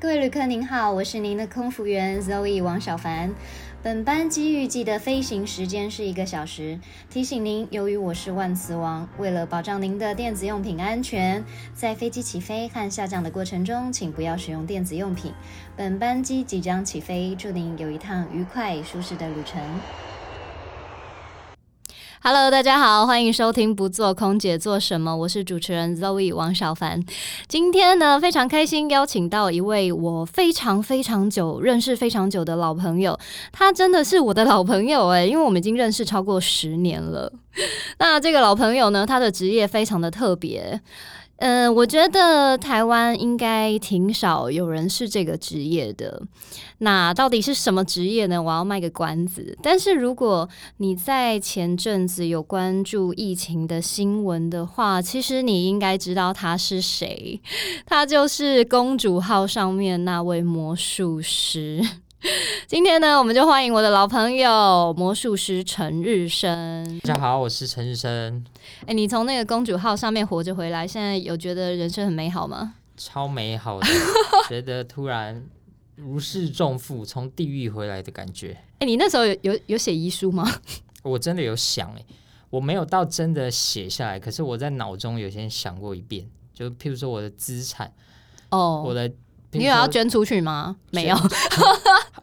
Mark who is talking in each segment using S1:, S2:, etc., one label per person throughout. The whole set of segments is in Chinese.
S1: 各位旅客您好，我是您的空服员 Zoe 王小凡。本班机预计的飞行时间是一个小时。提醒您，由于我是万磁王，为了保障您的电子用品安全，在飞机起飞和下降的过程中，请不要使用电子用品。本班机即将起飞，祝您有一趟愉快舒适的旅程。Hello，大家好，欢迎收听《不做空姐做什么》，我是主持人 Zoe 王小凡。今天呢，非常开心邀请到一位我非常非常久、认识非常久的老朋友，他真的是我的老朋友诶、因为我们已经认识超过十年了。 那这个老朋友呢，他的职业非常的特别。嗯，我觉得台湾应该挺少有人是这个职业的。那到底是什么职业呢？我要卖个关子。但是如果你在前阵子有关注疫情的新闻的话，其实你应该知道他是谁，他就是公主号上面那位魔术师。 今天呢，我们就欢迎我的老朋友魔术师陈日升。
S2: 大家好，我是陈日升，
S1: 哎、你从那个公主号上面活着回来，现在有觉得人生很美好吗？
S2: 超 美好的，觉得突然如释重负，从地狱回来的感觉。
S1: 哎、你那时候有有有写遗书吗？
S2: 我真的有想诶、我没有到真的写下来，可是我在脑中有先想过一遍，就譬如说我的资产，我
S1: 哦，
S2: 的，
S1: 你有要
S2: 觉
S1: 捐出去吗？没有。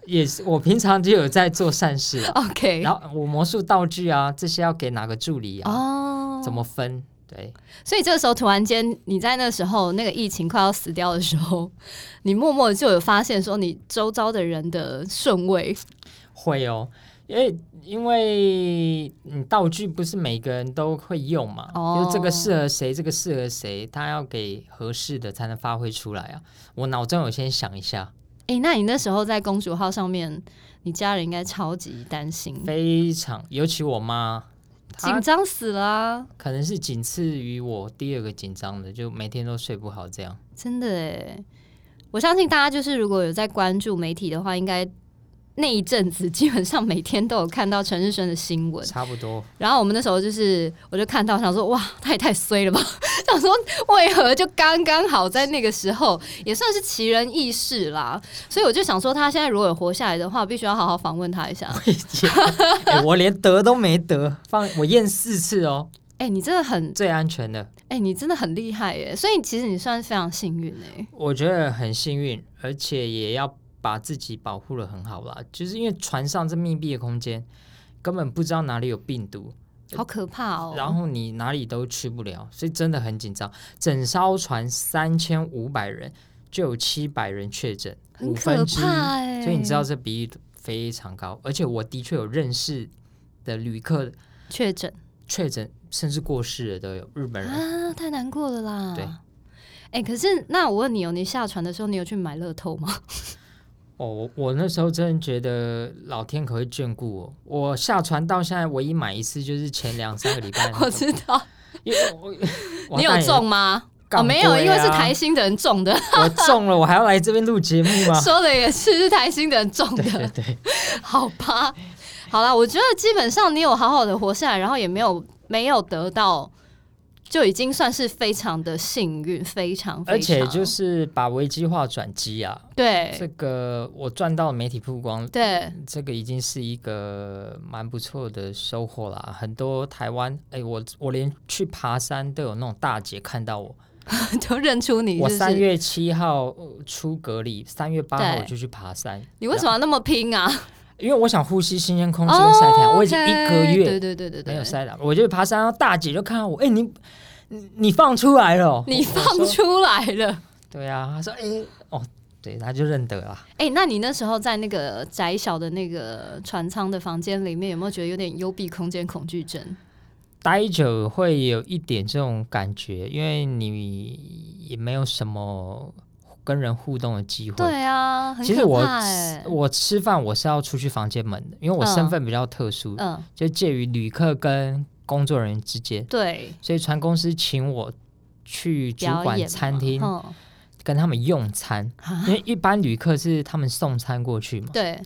S2: 也是我平常就有在做善事 啊，
S1: OK。
S2: 然后我魔术道具啊，这些要给哪个助理啊，
S1: 哦，
S2: 怎么分？对，
S1: 所以这个时候突然间，你在那时候那个疫情快要死掉的时候，你默默地就有发现说你周遭的人的顺位
S2: 会哦，因为因为你道具不是每个人都会用嘛，
S1: 哦
S2: 就是这个适合谁，这个适合谁，他要给合适的才能发挥出来啊。我脑中有先想一下，
S1: 哎、那你那时候在公主号上面，你家人应该超级担心，
S2: 非常，尤其我妈，
S1: 紧
S2: 她
S1: 张死了啊！
S2: 可能是仅次于我第二个紧张的，就每天都睡不好这样。
S1: 真的哎，我相信大家就是如果有在关注媒体的话，应该那一阵子基本上每天都有看到陈日升的新闻。
S2: 差不多，
S1: 然后我们那时候就是，我就看到想说，哇，他也太衰了吧！ 想说为何就刚刚好在那个时候，也算是奇人异事啦。所以我就想说，他现在如果有活下来的话，必须要好好访问他一下。
S2: 哎我连得都没得，放我验四次哦，
S1: 哎、你真的很，
S2: 最安全的。
S1: 哎、你真的很厉害耶！所以其实你算是非常幸运哎。
S2: 我觉得很幸运，而且也要把自己保护的很好啦。就是因为船上这密闭的空间，根本不知道哪里有病毒，
S1: 好可怕哦！
S2: 然后你哪里都去不了，所以真的很紧张。整艘船三千五百人，就有七百人确诊，
S1: 很
S2: 五
S1: 可
S2: 分之
S1: 怕
S2: 一。
S1: 哎、
S2: 所以你知道这比例非常高，而且我的确有认识的旅客
S1: 确诊。
S2: 确诊，甚至过世的都有日本人。
S1: 啊，太难过了啦。
S2: 对
S1: 哎、可是那我问你哦，你下船的时候，你有去买乐透吗？，
S2: 哦，我我那时候真的觉得老天可会眷顾我。我下船到现在唯一买一次就是前两三个礼拜
S1: 我知道，
S2: 因为我哎我
S1: 你有中？吗？
S2: 干
S1: 哦，没有，
S2: 杯啊
S1: 因为是台新的人中 的，
S2: 完蛋了哎我中了，我还要来这边录节目吗？
S1: 说的也是是台新的人中
S2: 对对
S1: 的，
S2: 对，
S1: 好吧？好啦，我觉得基本上你有好好的活下来，然后也没有没有得到，就已经算是非常的幸运，非常，
S2: 而
S1: 非常
S2: 且就是把危机化转机啊，这
S1: 对
S2: 个我赚到媒体曝光，
S1: 对，
S2: 这个已经是一个蛮不错的收获啦。很多台湾，哎，我我连去爬山都有那种大姐看到我，
S1: 就认出你
S2: 我
S1: 是不
S2: 三
S1: 是？
S2: 月七号呃出隔离，三月八号
S1: 对
S2: 我就去爬山。
S1: 你为什么要那么拼啊？
S2: 因为我想呼吸新鲜空气跟晒太阳，我已经一个
S1: 哦 OK，对
S2: 月
S1: 对对对对，
S2: 没有晒太阳，我就爬山，然后大姐就看到我，哎、你你你放出来了，
S1: 你
S2: 我我
S1: 放
S2: 说
S1: 出来了。
S2: 对啊，她说，哎、哦，对，她就认得了，
S1: 哎、那你那时候在那个窄小的那个船舱的房间里面，有没有觉得有点幽闭空间恐惧症？
S2: 待久会有一点这种感觉，因为你也没有什么跟人互动的机会。
S1: 对啊，很
S2: 其实
S1: 可
S2: 我
S1: 怕哎、
S2: 我吃饭我是要出去房间门的，因为我
S1: 嗯
S2: 身份比较特殊，
S1: 嗯，
S2: 就介于旅客跟工作人员之间，
S1: 对，
S2: 所以船公司请我去主
S1: 表演
S2: 管
S1: 嘛啊
S2: 餐厅
S1: 嗯，
S2: 跟他们用餐，因为一般旅客是他们送餐过去嘛，
S1: 对，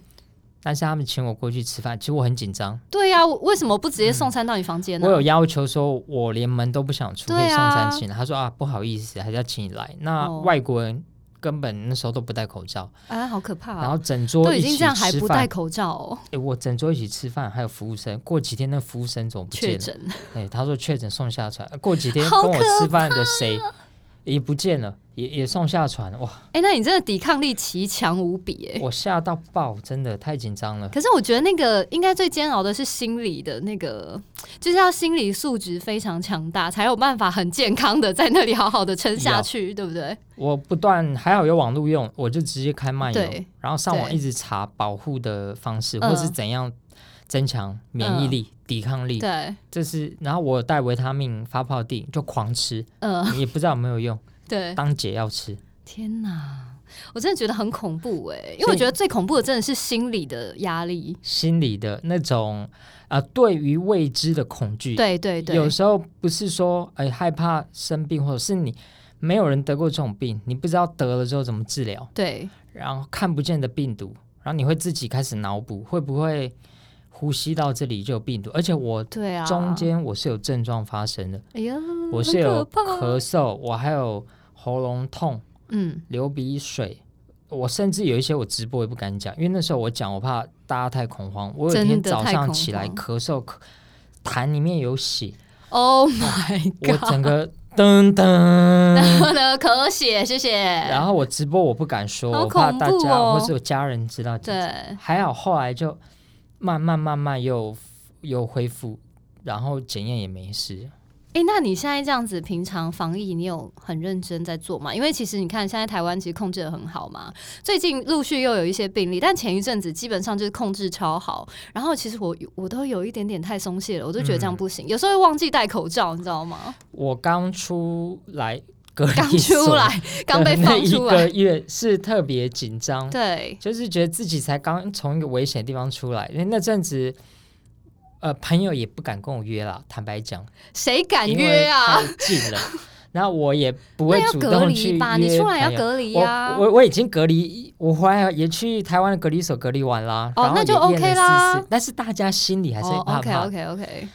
S2: 但是他们请我过去吃饭，其实我很紧张，
S1: 对呀、啊，我为什么不直接送餐到你房间呢、
S2: 嗯我有要求说，我连门都不想出，可
S1: 对
S2: 以送
S1: 啊
S2: 餐进来。他说啊，不好意思，还是要请你来。那
S1: 哦
S2: 外国人根本那时候都不戴口罩，
S1: 哎，好可怕、
S2: 然
S1: 哦！
S2: 后整桌
S1: 都
S2: 一
S1: 已
S2: 起
S1: 经
S2: 吃
S1: 这样
S2: 饭，
S1: 还不戴口罩、哦，
S2: 诶我整桌一起吃饭，还有服务生。过几天那服务生怎么不
S1: 确
S2: 见了？
S1: 诊，
S2: 哎、他说确诊送下船。呃过几天
S1: 好
S2: 跟我
S1: 可啊
S2: 吃饭的谁也不见了，也也送下船。哇，
S1: 哎、那你真的抵抗力奇强无比哎、
S2: 我吓到爆，真的太紧张了。
S1: 可是我觉得那个应该最煎熬的是心理的那个，就是要心理素质非常强大，才有办法很健康的在那里好好的撑下 去，对不对？
S2: 我不断还好有网络用，我就直接开漫游
S1: 对，
S2: 然后上网
S1: 对
S2: 一直查保护的方式，
S1: 嗯
S2: 或是怎样增强免疫力、抵抗力。
S1: 对，
S2: 这是，然后我有带维他命发泡地就狂 吃，
S1: 嗯、
S2: 也不知道有没有用，
S1: 对。
S2: 当解药吃。
S1: 天哪，我真的觉得很恐怖哎、因
S2: 所
S1: 为
S2: 以
S1: 我觉得最恐怖的真的是心理的压力。
S2: 心里的那种啊、呃对于未知的恐惧。
S1: 对对对，
S2: 有时候不是说哎、害怕生病，或者是你没有人得过这种病，你不知道得了之后怎么治疗，
S1: 对
S2: 然后看不见的病毒，然后你会自己开始脑补会不会呼吸到这里就有病毒，而且我
S1: 对啊，
S2: 中间我是有症状发生的，
S1: 哎呀，
S2: 我
S1: 很
S2: 是
S1: 可
S2: 有
S1: 怕
S2: 咳嗽，我还有喉咙痛、
S1: 嗯，
S2: 流鼻水。我甚至有一些我直播也不敢讲，因为那时候我讲我怕大家太恐慌。我有一天
S1: 真的
S2: 早
S1: 太
S2: 上
S1: 恐
S2: 起来
S1: 慌
S2: 咳嗽，咳痰里面有血，
S1: Oh my
S2: 我
S1: god！
S2: 整个噔噔，
S1: 然后呢，咳血，谢谢。
S2: 然后我直播我不敢说，
S1: 好
S2: 我怕
S1: 恐
S2: 大
S1: 怖
S2: 家、
S1: 哦
S2: 或是有家人知道。，
S1: 对，
S2: 还好后来就慢慢慢慢又又恢复，然后检验也没事。
S1: 哎、那你现在这样子，平常防疫你有很认真在做吗？因为其实你看，现在台湾其实控制的很好嘛，最近陆续又有一些病例，但前一阵子基本上就是控制超好。然后其实我我都有一点点太松懈了，我都觉得这
S2: 嗯
S1: 样不行，有时候会忘记戴口罩，你知道 吗？
S2: 我刚出来隔离
S1: 刚
S2: 所
S1: 出 来，刚被
S2: 的那
S1: 放出
S2: 一
S1: 来
S2: 个，月是特别紧张，
S1: 对，
S2: 就是觉得自己才刚从一个危险的地方出来，因为那阵子。呃，朋友也不敢跟我约啦，坦白讲，
S1: 谁敢
S2: 因为
S1: 约啊？
S2: 太近了，然后我也
S1: 那
S2: 不会
S1: 要
S2: 主
S1: 隔
S2: 动去
S1: 离
S2: 约
S1: 吧？你出来要
S2: 朋友
S1: 隔离
S2: 我
S1: 呀、哦
S2: 我我已经隔离，我回来也去台湾的隔离所隔离完啦，
S1: 哦
S2: 然后
S1: 那就
S2: 也验了
S1: OK 啦
S2: 四次但是大家心里还是
S1: 哦
S2: 会怕
S1: ，OK
S2: 怕。
S1: OK OK，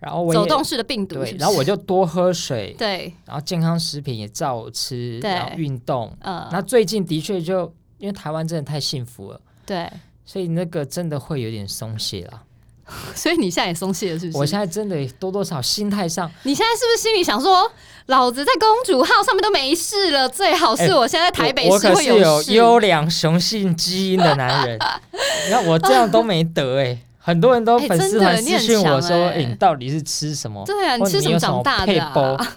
S2: 然后我也
S1: 走动式的病毒是
S2: 对，
S1: 不
S2: 然后
S1: 是
S2: 我就多喝水，
S1: 对，
S2: 然后健康食品也照吃，
S1: 对
S2: 然后运动。
S1: 呃，
S2: 那最近的确就因为台湾真的太幸福了，
S1: 对，
S2: 所以那个真的会有点松懈啦。
S1: 所以你现在也松懈了，是不是？
S2: 我现在真的多多少心态上，
S1: 你现在是不是心里想说，老子在公主号上面都没事了，最好是我现在在台北
S2: 哎我我
S1: 市
S2: 可
S1: 会
S2: 是有
S1: 事？
S2: 优良雄性基因的 男人，你看我这样都没得哎、很多人都
S1: 哎
S2: 粉丝
S1: 真的
S2: 团
S1: 你
S2: 私
S1: 很
S2: 讯我
S1: 强
S2: 说：“哎、
S1: 哎
S2: 你到底是吃什么？
S1: 对啊，
S2: 或
S1: 你吃什
S2: 者哦你有
S1: 长大的、
S2: 么
S1: 啊？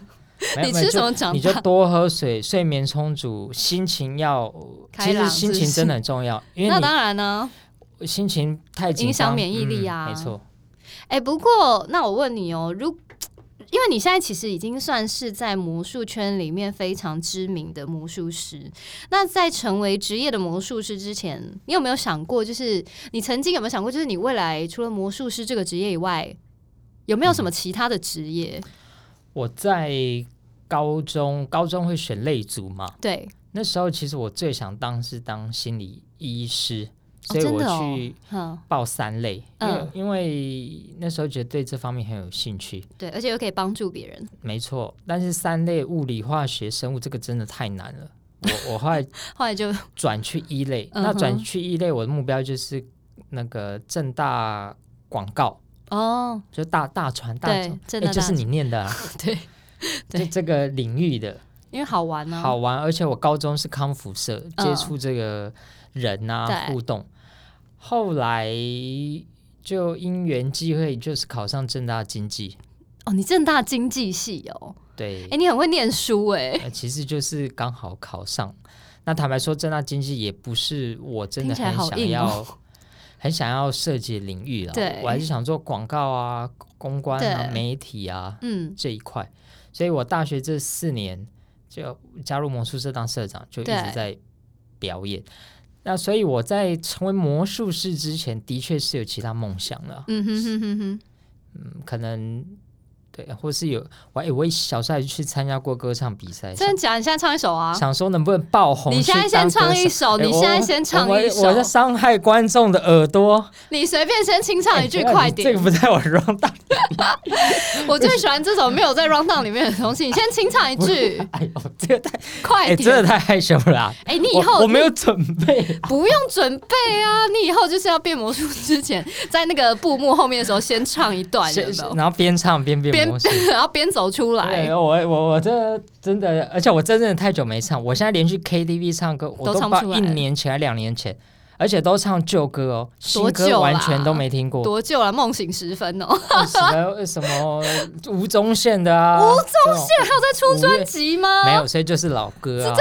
S2: 没有
S1: 你
S2: 没有
S1: 吃
S2: 就
S1: 什么长
S2: 你就
S1: 大？
S2: 多喝水，睡眠充足，心情要
S1: 开
S2: 其实
S1: 朗
S2: 心
S1: 是
S2: 情
S1: 不
S2: 真的很重要，因
S1: 那
S2: 为
S1: 当然啊呢。
S2: 你心情太紧
S1: 影响
S2: 张
S1: 免疫力
S2: 嗯
S1: 啊
S2: 没错，
S1: 哎、不过那我问你哦，如因为你现在其实已经算是在魔术圈里面非常知名的魔术师，那在成为职业的魔术师之前，你有没有想过，就是你曾经有没有想过，就是你未来除了魔术师这个职业以外，有没有
S2: 嗯
S1: 什么其他的职业？
S2: 我在高中高中会选类组嘛，
S1: 对，
S2: 那时候其实我最想当是当心理医师，所以
S1: 真
S2: 我
S1: 的哦
S2: 去
S1: 嗯。
S2: 报三类，
S1: 嗯
S2: 因为因为那时候觉得对这方面很有兴趣，
S1: 对，而且又可以帮助别人，
S2: 没错。但是三类物理、化学、生物这个真的太难了，我我后来
S1: 后来就
S2: 转去一类，
S1: 嗯哼
S2: 那转去一类我的目标就是那个正大广告，
S1: 哦，
S2: 就大大传大
S1: 对
S2: 众，
S1: 正大
S2: 诶就是
S1: 大
S2: 你念的、啊，
S1: 对，对
S2: 就这个领域的
S1: 因为好玩哦呢、
S2: 好玩，而且我高中是康复社，接触这个人啊、
S1: 嗯对
S2: 互动，后来就因缘际会，就是考上正大经济。
S1: 哦，你正大经济系哦，
S2: 对
S1: 哎、，你很会念书哎、
S2: 呃，其实就是刚好考上。那坦白说，正大经济也不是我真
S1: 听
S2: 的
S1: 起来
S2: 很
S1: 好
S2: 想
S1: 硬
S2: 要、
S1: 哦
S2: 很想要设计的领域了。
S1: 对
S2: 我还是想做广告啊、公关啊、
S1: 对
S2: 媒体啊
S1: 嗯，
S2: 这一块。所以我大学这四年就加入魔术社当社长，就一
S1: 对
S2: 直在表演。那所以我在成为魔术师之前，的确是有其他梦想的啊，
S1: 嗯哼哼哼哼，
S2: 嗯，可能对，或是有我、哎，我小时候还去参加过歌唱比赛，
S1: 真的假的？你现在唱一首啊！
S2: 想说能不能爆红？
S1: 你现在先唱一首，
S2: 哎
S1: 你
S2: 我
S1: 现在先唱一
S2: 我我在
S1: 首，
S2: 伤害观众的耳朵。
S1: 你随便先清唱一句，
S2: 哎
S1: 快
S2: 这
S1: 点
S2: 个！不在我 round 大。
S1: 我最喜欢这首没有在 round down 里面的东西，你先清唱一 句，
S2: 哎呦，这个太
S1: 快
S2: 哎，真的
S1: 点！
S2: 太害羞了啦。
S1: 哎，你以
S2: 我
S1: 后
S2: 我没有准备，
S1: 不用准备啊，你以后就是要变魔术之前，在那个布幕后面的时候先唱一段，有
S2: 是
S1: 没
S2: 是
S1: 有
S2: 然后边唱边变
S1: 边
S2: 魔术。
S1: 然后边走出来
S2: 对，。我我我这真的，而且我真的太久没唱，我现在连去 KTV 唱歌，我
S1: 都
S2: 都
S1: 唱
S2: 不知
S1: 不
S2: 道
S1: 出
S2: 一
S1: 来
S2: 年前还两年前，而且都唱旧歌哦，新
S1: 多久
S2: 歌
S1: 啦
S2: 完全都没听过，
S1: 多久了？梦醒时分哦，
S2: 什么什么吴宗宪的啊，吴宗宪
S1: 还有在出专辑吗？
S2: 没有，所以就是老歌啊，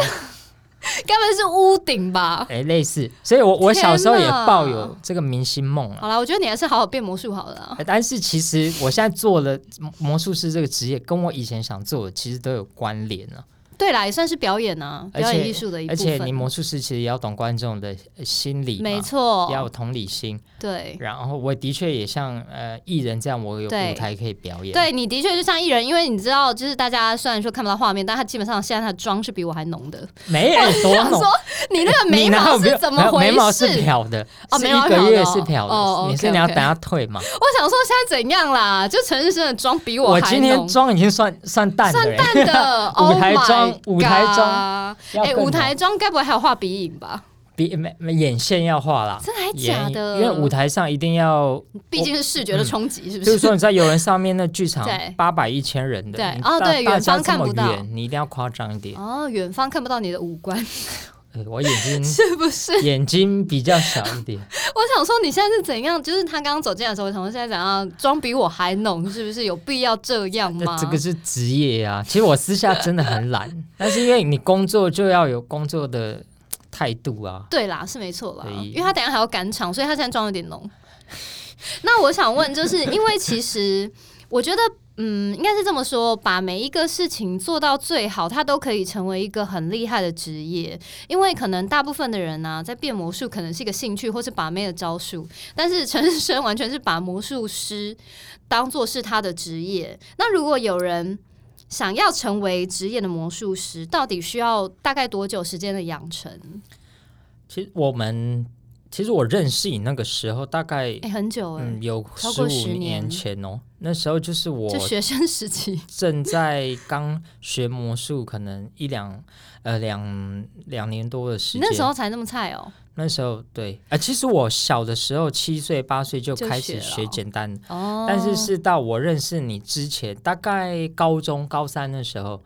S1: 该不会是屋顶吧？
S2: 哎，类似，所以我我
S1: 天哪
S2: 小时候也抱有这个明星梦啊。
S1: 好了，我觉得你还是好好变魔术好了啊。
S2: 哎但是其实我现在做了魔魔术师这个职业，跟我以前想做的其实都有关联啊。
S1: 对啦，也算是表演啊，
S2: 而且
S1: 表演艺术的一部
S2: 而
S1: 分。
S2: 且你魔术师其实也要懂观众的呃心理嘛，
S1: 没
S2: 要
S1: 错
S2: 有，同理心。
S1: 对。
S2: 然后我的确也像呃艺人这样，我有
S1: 对
S2: 舞台可以表演。
S1: 对你的确就像艺人，因为你知道，就是大家虽然说看不到画面，但他基本上现在他的妆是比我还浓 的。
S2: 没有多
S1: 想
S2: 浓
S1: 说，你那个眉
S2: 你哪
S1: 毛
S2: 有没
S1: 是
S2: 有
S1: 怎么
S2: 没有
S1: 回
S2: 眉毛是
S1: 事？
S2: 漂的，
S1: 哦
S2: 是
S1: 眉毛
S2: 一
S1: 漂
S2: 个
S1: 的
S2: 月
S1: 哦
S2: 是漂的，
S1: 哦
S2: 你
S1: OK，
S2: 是你要
S1: OK
S2: 等它 退嘛？
S1: 我想说现在怎样啦？就陈日生的妆比
S2: 我
S1: 还
S2: 今天
S1: 浓，
S2: 妆已经算算淡了
S1: 算
S2: 欸，
S1: 淡 的。
S2: 舞台
S1: Oh my
S2: 妆舞台
S1: God
S2: 妆要
S1: 哎，
S2: 更
S1: 舞台妆该不会还有画鼻影吧？
S2: 浓鼻没没眼线要画啦。
S1: 真的还假
S2: 眼
S1: 的？
S2: 因为舞台上一定要，
S1: 毕竟是视觉的冲击，是不
S2: 就是
S1: 是？
S2: 说你在游轮上面那剧场
S1: 对
S2: 八百一千人的，
S1: 对
S2: 你
S1: 哦
S2: 大
S1: 对
S2: 大
S1: 远
S2: 家
S1: 方
S2: 这么
S1: 看不到
S2: 远你一定要夸张一点。
S1: 哦，远方看不到你的五官，
S2: 呃我眼睛
S1: 是不是？
S2: 眼睛比较小一点，
S1: 我想说你现在是怎样？就是他刚刚走进来的时候，我想说现在怎样妆比我还浓，是不是有必要这样 吗
S2: 那？呃这个是职业啊。其实我私下真的 很懒，但是因为你工作就要有工作的态度啊。
S1: 对啦，是没错啦，
S2: 对
S1: 因为他等一下还要赶场，所以他现在妆有点浓。 那我想问，就是因为其实我觉得，嗯，应该是这么说，把每一个事情做到最好，它都可以成为一个很厉害的职业。因为可能大部分的人呢、在变魔术可能是一个兴趣或是把妹的招数，但是陈世生完全是把魔术师当做是他的职业。那如果有人想要成为职业的魔术师，到底需要大概多久时间的养成？
S2: 其实我们，其实我认识你那个时候，大概
S1: 哎、很久哎、
S2: 嗯有
S1: 超
S2: 十
S1: 过
S2: 五
S1: 10年
S2: 年前哦。那时候就是我
S1: 就学生时期，
S2: 正在刚学魔术，可能一两呃两两年多的 时
S1: 你
S2: 间。
S1: 那时候才那么菜哦、
S2: 那时候对啊、其实我小的时候七岁八岁就
S1: 就
S2: 开
S1: 学
S2: 始
S1: 了
S2: 学
S1: 哦
S2: 简单的
S1: 哦，
S2: 但是是到我认识你之前，大概高中高三的时候，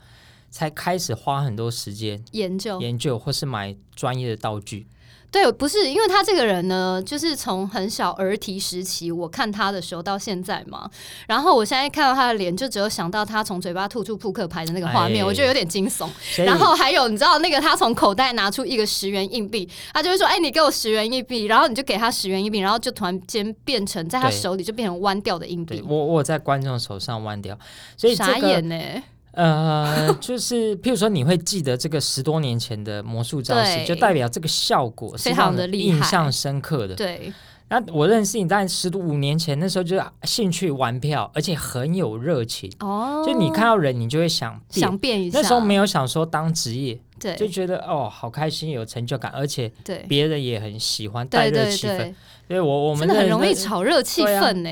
S2: 才开始花很多时间
S1: 研究
S2: 研究或是买专业的道具。
S1: 对，不是因为他这个人呢，就是从很小儿提时期，我看他的时候到现在嘛，然后我现在看到他的脸，就只有想到他从嘴巴吐出扑克牌的那个画面，
S2: 哎
S1: 我觉得有点惊悚。
S2: 所以
S1: 然后还有你知道那个他从口袋拿出一个十元硬币，他就会说：“哎、你给我十元硬币。”然后你就给他十元硬币，然后就突然间变成在他
S2: 对
S1: 手里就变成弯掉的硬
S2: 对
S1: 币，
S2: 我我有在观众手上弯掉，所以
S1: 傻
S2: 这个
S1: 眼欸呢、
S2: 呃，就是譬如说你会记得这个十多年前的魔术招式，
S1: 对
S2: 就代表这个效果是
S1: 非常
S2: 让
S1: 的
S2: 你
S1: 厉
S2: 印
S1: 害
S2: 象深刻的。
S1: 对，
S2: 那我认识你，但十五年前那时候就是啊兴趣玩票，而且很有热情，
S1: 哦，
S2: 就你看到人你就会想变。
S1: 想变一下，
S2: 那时候没有想说当职业，
S1: 对
S2: 就觉得哦，好开心，有成就感，而且
S1: 对
S2: 别人也很喜欢带
S1: 对
S2: 热
S1: 对
S2: 气氛。
S1: 对，
S2: 所以我我
S1: 真
S2: 们
S1: 的很
S2: 认
S1: 容易
S2: 那
S1: 炒热气
S2: 对啊
S1: 氛呢、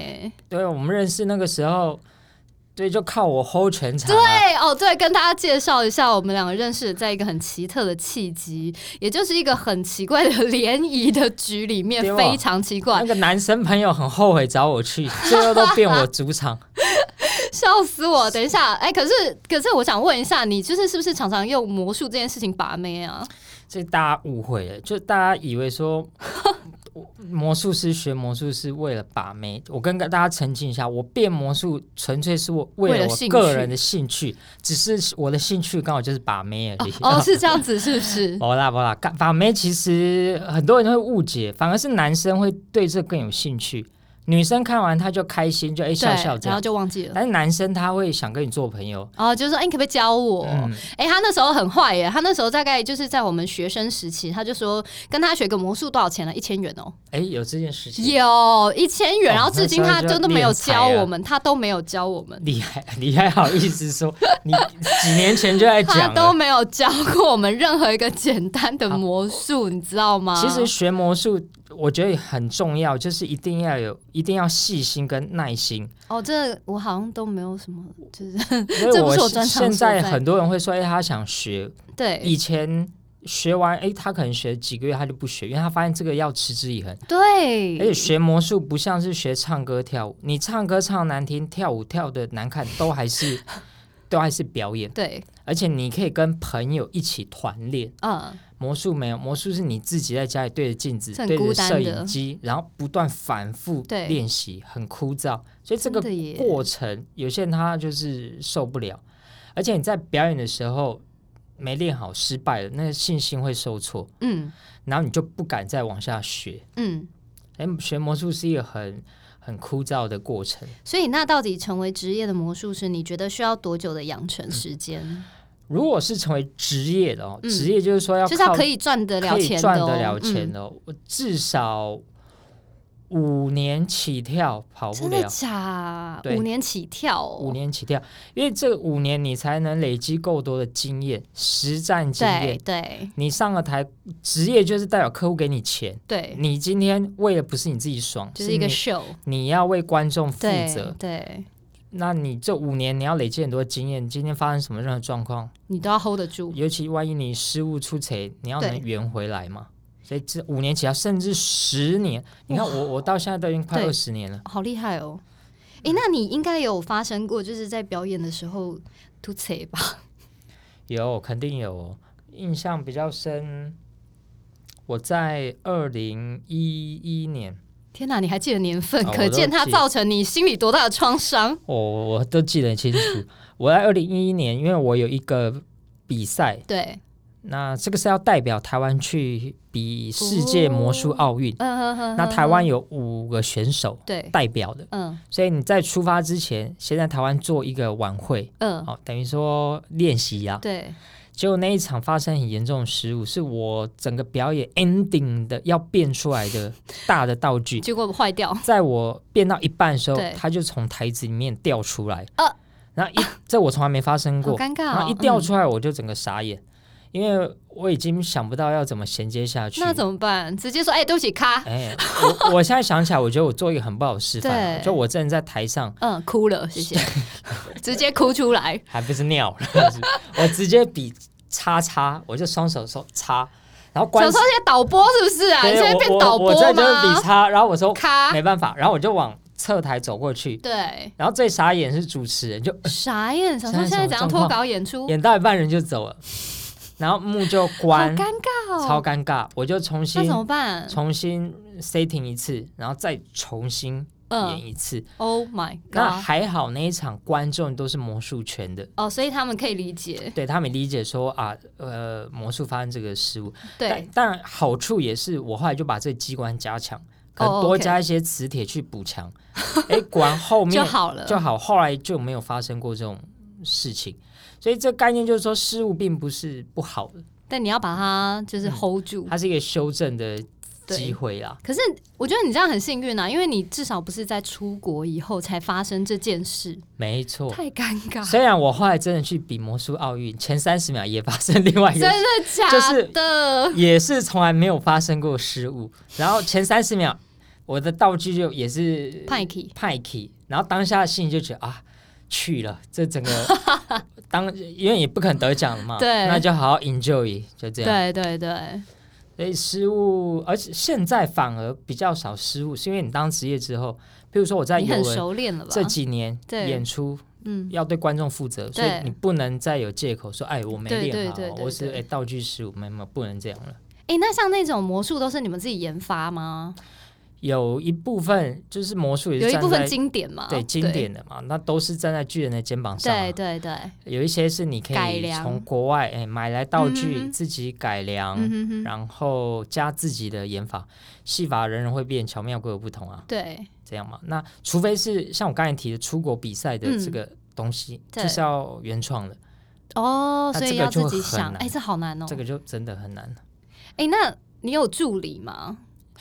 S2: 对，我们认识那个时候，对，就靠我 hold 全场、啊。
S1: 对哦，对，跟大家介绍一下，我们两个认识的在一个很奇特的契机，也就是一个很奇怪的 联谊的局里面
S2: 对，吧
S1: 非常奇怪
S2: 那，个男生朋友很后悔找 我去，最后都变我主场。
S1: 笑死我！等一下，哎，可是可是我想问一下，你就是是不是常常用魔术这件事情把妹啊？
S2: 这大家误会了，就大家以为说 魔术师学魔术是为了把妹。我跟大家澄清一下，我变魔术纯粹是我为
S1: 为
S2: 了
S1: 了
S2: 我
S1: 兴
S2: 个
S1: 趣
S2: 人的兴趣，只是我的兴趣刚好就是把妹而已。
S1: 哦，是这样子，是不是？
S2: 不啦不啦，把妹其实很多人会误解，反而是男生会对这更有兴趣。女生看完她就开心，就哎、 笑笑
S1: 对，
S2: 这
S1: 然后
S2: 样。
S1: 就忘记了。
S2: 但是男生他会想跟你做朋友，
S1: 哦，就是说，哎、你可不可以教我？
S2: 嗯，
S1: 哎、他那时候很坏耶，他那时候大概就是在我们学生时期，他就说跟他学个魔术多少钱呢？一千元哦，
S2: 哎、有这件事情，
S1: 有一千元，
S2: 哦
S1: 然后至今他
S2: 那时候就
S1: 真的没有
S2: 练财
S1: 教
S2: 啊
S1: 我们，他都没有教我们。
S2: 你 还你还好意思说，你几年前就 在
S1: 他
S2: 讲
S1: 都
S2: 了。
S1: 没有教过我们任何一个简单的
S2: 好
S1: 魔术，你知道吗？
S2: 其实学魔术，我觉得很重要，就是一定要有，一定要细心跟耐心。
S1: 哦，这我好像都没有什么，就是
S2: 因为
S1: 这不是我专长
S2: 现
S1: 所
S2: 现
S1: 在
S2: 在很多人会说，哎、他想学，
S1: 对
S2: 以前学完，哎、他可能学几个月他就不学，因为他发现这个要持之以恒。而且
S1: 对，
S2: 哎学魔术不像是学唱歌跳舞，你唱歌唱难听，跳舞跳的难看，都还 是都还是表演，
S1: 对，
S2: 而且你可以跟朋友一起团练。
S1: 嗯，
S2: 魔术没有，魔术是你自己在家里对着镜子、
S1: 是很
S2: 对
S1: 孤
S2: 着
S1: 单
S2: 摄
S1: 的
S2: 影机，然后不断反复
S1: 对
S2: 练习，很枯燥。所以这
S1: 真
S2: 个
S1: 的耶
S2: 过程，有些人他就是受不了，而且你在表演的时候没练好，失败了，那个信心会受挫，
S1: 嗯
S2: 然后你就不敢再往下学。
S1: 嗯，
S2: 哎，学魔术是一个很很枯燥的过程。
S1: 所以那到底成为职业的魔术师，你觉得需要多久的养成时间？
S2: 如果是成为职业的哦，
S1: 嗯
S2: 职业就是说要
S1: 就是
S2: 靠
S1: 他可以赚得了
S2: 可以
S1: 钱的、哦，
S2: 赚得了钱
S1: 嗯、
S2: 的哦、我至少五年起跳跑不
S1: 真的
S2: 了，
S1: 假？
S2: 对
S1: 五年起跳、哦，
S2: 五年起跳，因为这五年你才能累积够多的经验、实战经
S1: 对
S2: 验。
S1: 对
S2: 你上了台，职业就是代表客户给你钱，
S1: 对，
S2: 你今天为的不嗯是你自己爽，
S1: 就是一个
S2: 你
S1: show，
S2: 你要为观众负
S1: 对
S2: 责。
S1: 对，
S2: 那你这五年你要累积很多经验，今天发生什么任何状况，
S1: 你都要 hold 得住。
S2: 尤其万一你失误出错，你要
S1: 对
S2: 能圆回来嘛。所以这五年起来，啊甚至十年，你看我我到现在都已经快
S1: 对
S2: 二十年了。
S1: 好厉害哦！诶，那你应该有发生过，就是在表演的时候吐槽吧？
S2: 有肯定有哦，印象比较深。我在二零一一年，
S1: 天哪，你还记得年份，
S2: 啊
S1: 可
S2: 我都
S1: 见它
S2: 记
S1: 造成你心里多大的创伤。
S2: 我、哦我都记得很清楚。 我在二零一一年，因为我有一个比赛，
S1: 对，
S2: 那这个是要代表台湾去比世界魔术奥运。
S1: 嗯哼哼
S2: 那
S1: 哼
S2: 台湾有五个选手
S1: 对，
S2: 代表的，
S1: 嗯
S2: 所以你在出发之前，先在台湾做一个晚会，
S1: 嗯，
S2: 好、等于说练习呀、
S1: 对，
S2: 结果那一场发生很严重的失误，是我整个表演 ending 的要变出来的大的 道具，
S1: 结果坏掉，
S2: 在我变到一半的时候
S1: 对，
S2: 它就从台子里面掉出来，
S1: 啊
S2: 然后一、这我从来没发生
S1: 好
S2: 过，
S1: 尴
S2: 然
S1: 尬、哦。
S2: 后一掉
S1: 嗯
S2: 出来我就整个傻眼，因为我已经想不到要怎么衔接下去。
S1: 那怎么办？直接说，哎、对不起，咔，
S2: 哎，我 我现在想起来，我觉得我做一个很不好的示范啊，
S1: 对
S2: 就我真的在台上
S1: 嗯，哭了，谢 谢，直接哭出来。
S2: 还不是尿 了，是我直接比叉叉，我就双手手叉，然后关
S1: 小时候些导播是不是啊？你
S2: 对
S1: 现在
S2: 我
S1: 变
S2: 我
S1: 导播
S2: 我这就是比
S1: 吗？
S2: 叉，然后我说
S1: 咔，
S2: 没办法，然后我就往侧台走过去，
S1: 对，
S2: 然后最傻眼是主持人，就
S1: 傻眼，想说
S2: 现在
S1: 现在
S2: 什么
S1: 怎样脱
S2: 状况
S1: 稿演出，
S2: 演到一半人就走了，然后幕就
S1: 好
S2: 关
S1: 尴，尬哦，
S2: 超尴尬，我就重
S1: 那
S2: 新
S1: 怎么办？
S2: 重新 setting 一次，然后再重新演一次。
S1: Oh my
S2: 那
S1: god！
S2: 还好那一场观众都是魔术圈的。
S1: 哦，所以他们可以理解，
S2: 对他们理解说啊，呃，魔术发生这个失误，但
S1: 对，
S2: 但好处也是，我后来就把这个机关加强，可
S1: 哦
S2: 能多
S1: ，OK
S2: 加一些磁铁去补强。 哎、果然后面
S1: 就好了，
S2: 就好，后来就没有发生过这种事情。所以这概念就是说，失误并不是不好的，
S1: 但你要把它就是
S2: 嗯
S1: hold 住。
S2: 它是一个修正的机
S1: 对，
S2: 会啦。
S1: 可是我觉得你这样很幸运啊，因为你至少不是在出国以后才发生这件事，
S2: 没错，
S1: 太尴尬，
S2: 虽然我后来真的去比魔术奥运，前三十秒也发生另外 一
S1: 真
S2: 个，
S1: 的假
S2: 就是
S1: 的？
S2: 也是从来没有发生过失误。然后前三十秒，我的道具就也是
S1: 派 y
S2: 派 key，然后当下心里就觉得啊，去了，这整个 当因为也不可能得奖了嘛，
S1: 对
S2: 那就好好 enjoy，就这
S1: 对
S2: 样。
S1: 对对，
S2: 所以失误，而且现在反而比较少失误，是因为你当职业之后，比如说我在
S1: 你
S2: 游
S1: 很
S2: 轮
S1: 熟练了吧？
S2: 这几年
S1: 对
S2: 演出
S1: 嗯，
S2: 要对观众负责，所以
S1: 对
S2: 你不能再有借口说哎我没
S1: 对
S2: 练好
S1: 对对
S2: 哦，
S1: 对
S2: 或是
S1: 对
S2: 哎道具失误，没有没有不能这样了。
S1: 诶，那像那种魔术都是你们自己研发吗？
S2: 有一部分就是魔术也
S1: 有
S2: 是
S1: 一
S2: 站
S1: 部分
S2: 在
S1: 经典嘛，
S2: 对经典的嘛，那都是站在巨人的肩膀上啊、
S1: 对，对对对，
S2: 有一些是你可
S1: 改
S2: 以
S1: 良
S2: 从国外哎买来道具、
S1: 嗯哼
S2: 自己改良，
S1: 嗯哼哼，
S2: 然后加自己的演法，戏法人人会变，巧妙各有不同啊，
S1: 对，
S2: 这样嘛。那除非是像我刚才提的出国比赛的这个东西，
S1: 嗯对
S2: 这是要原创的，
S1: 哦，
S2: 那
S1: 所以
S2: 这个
S1: 要
S2: 就
S1: 自己
S2: 很
S1: 想，
S2: 难
S1: 哎，这好难哦，
S2: 这个就真的很难。
S1: 哎、那你有助理吗？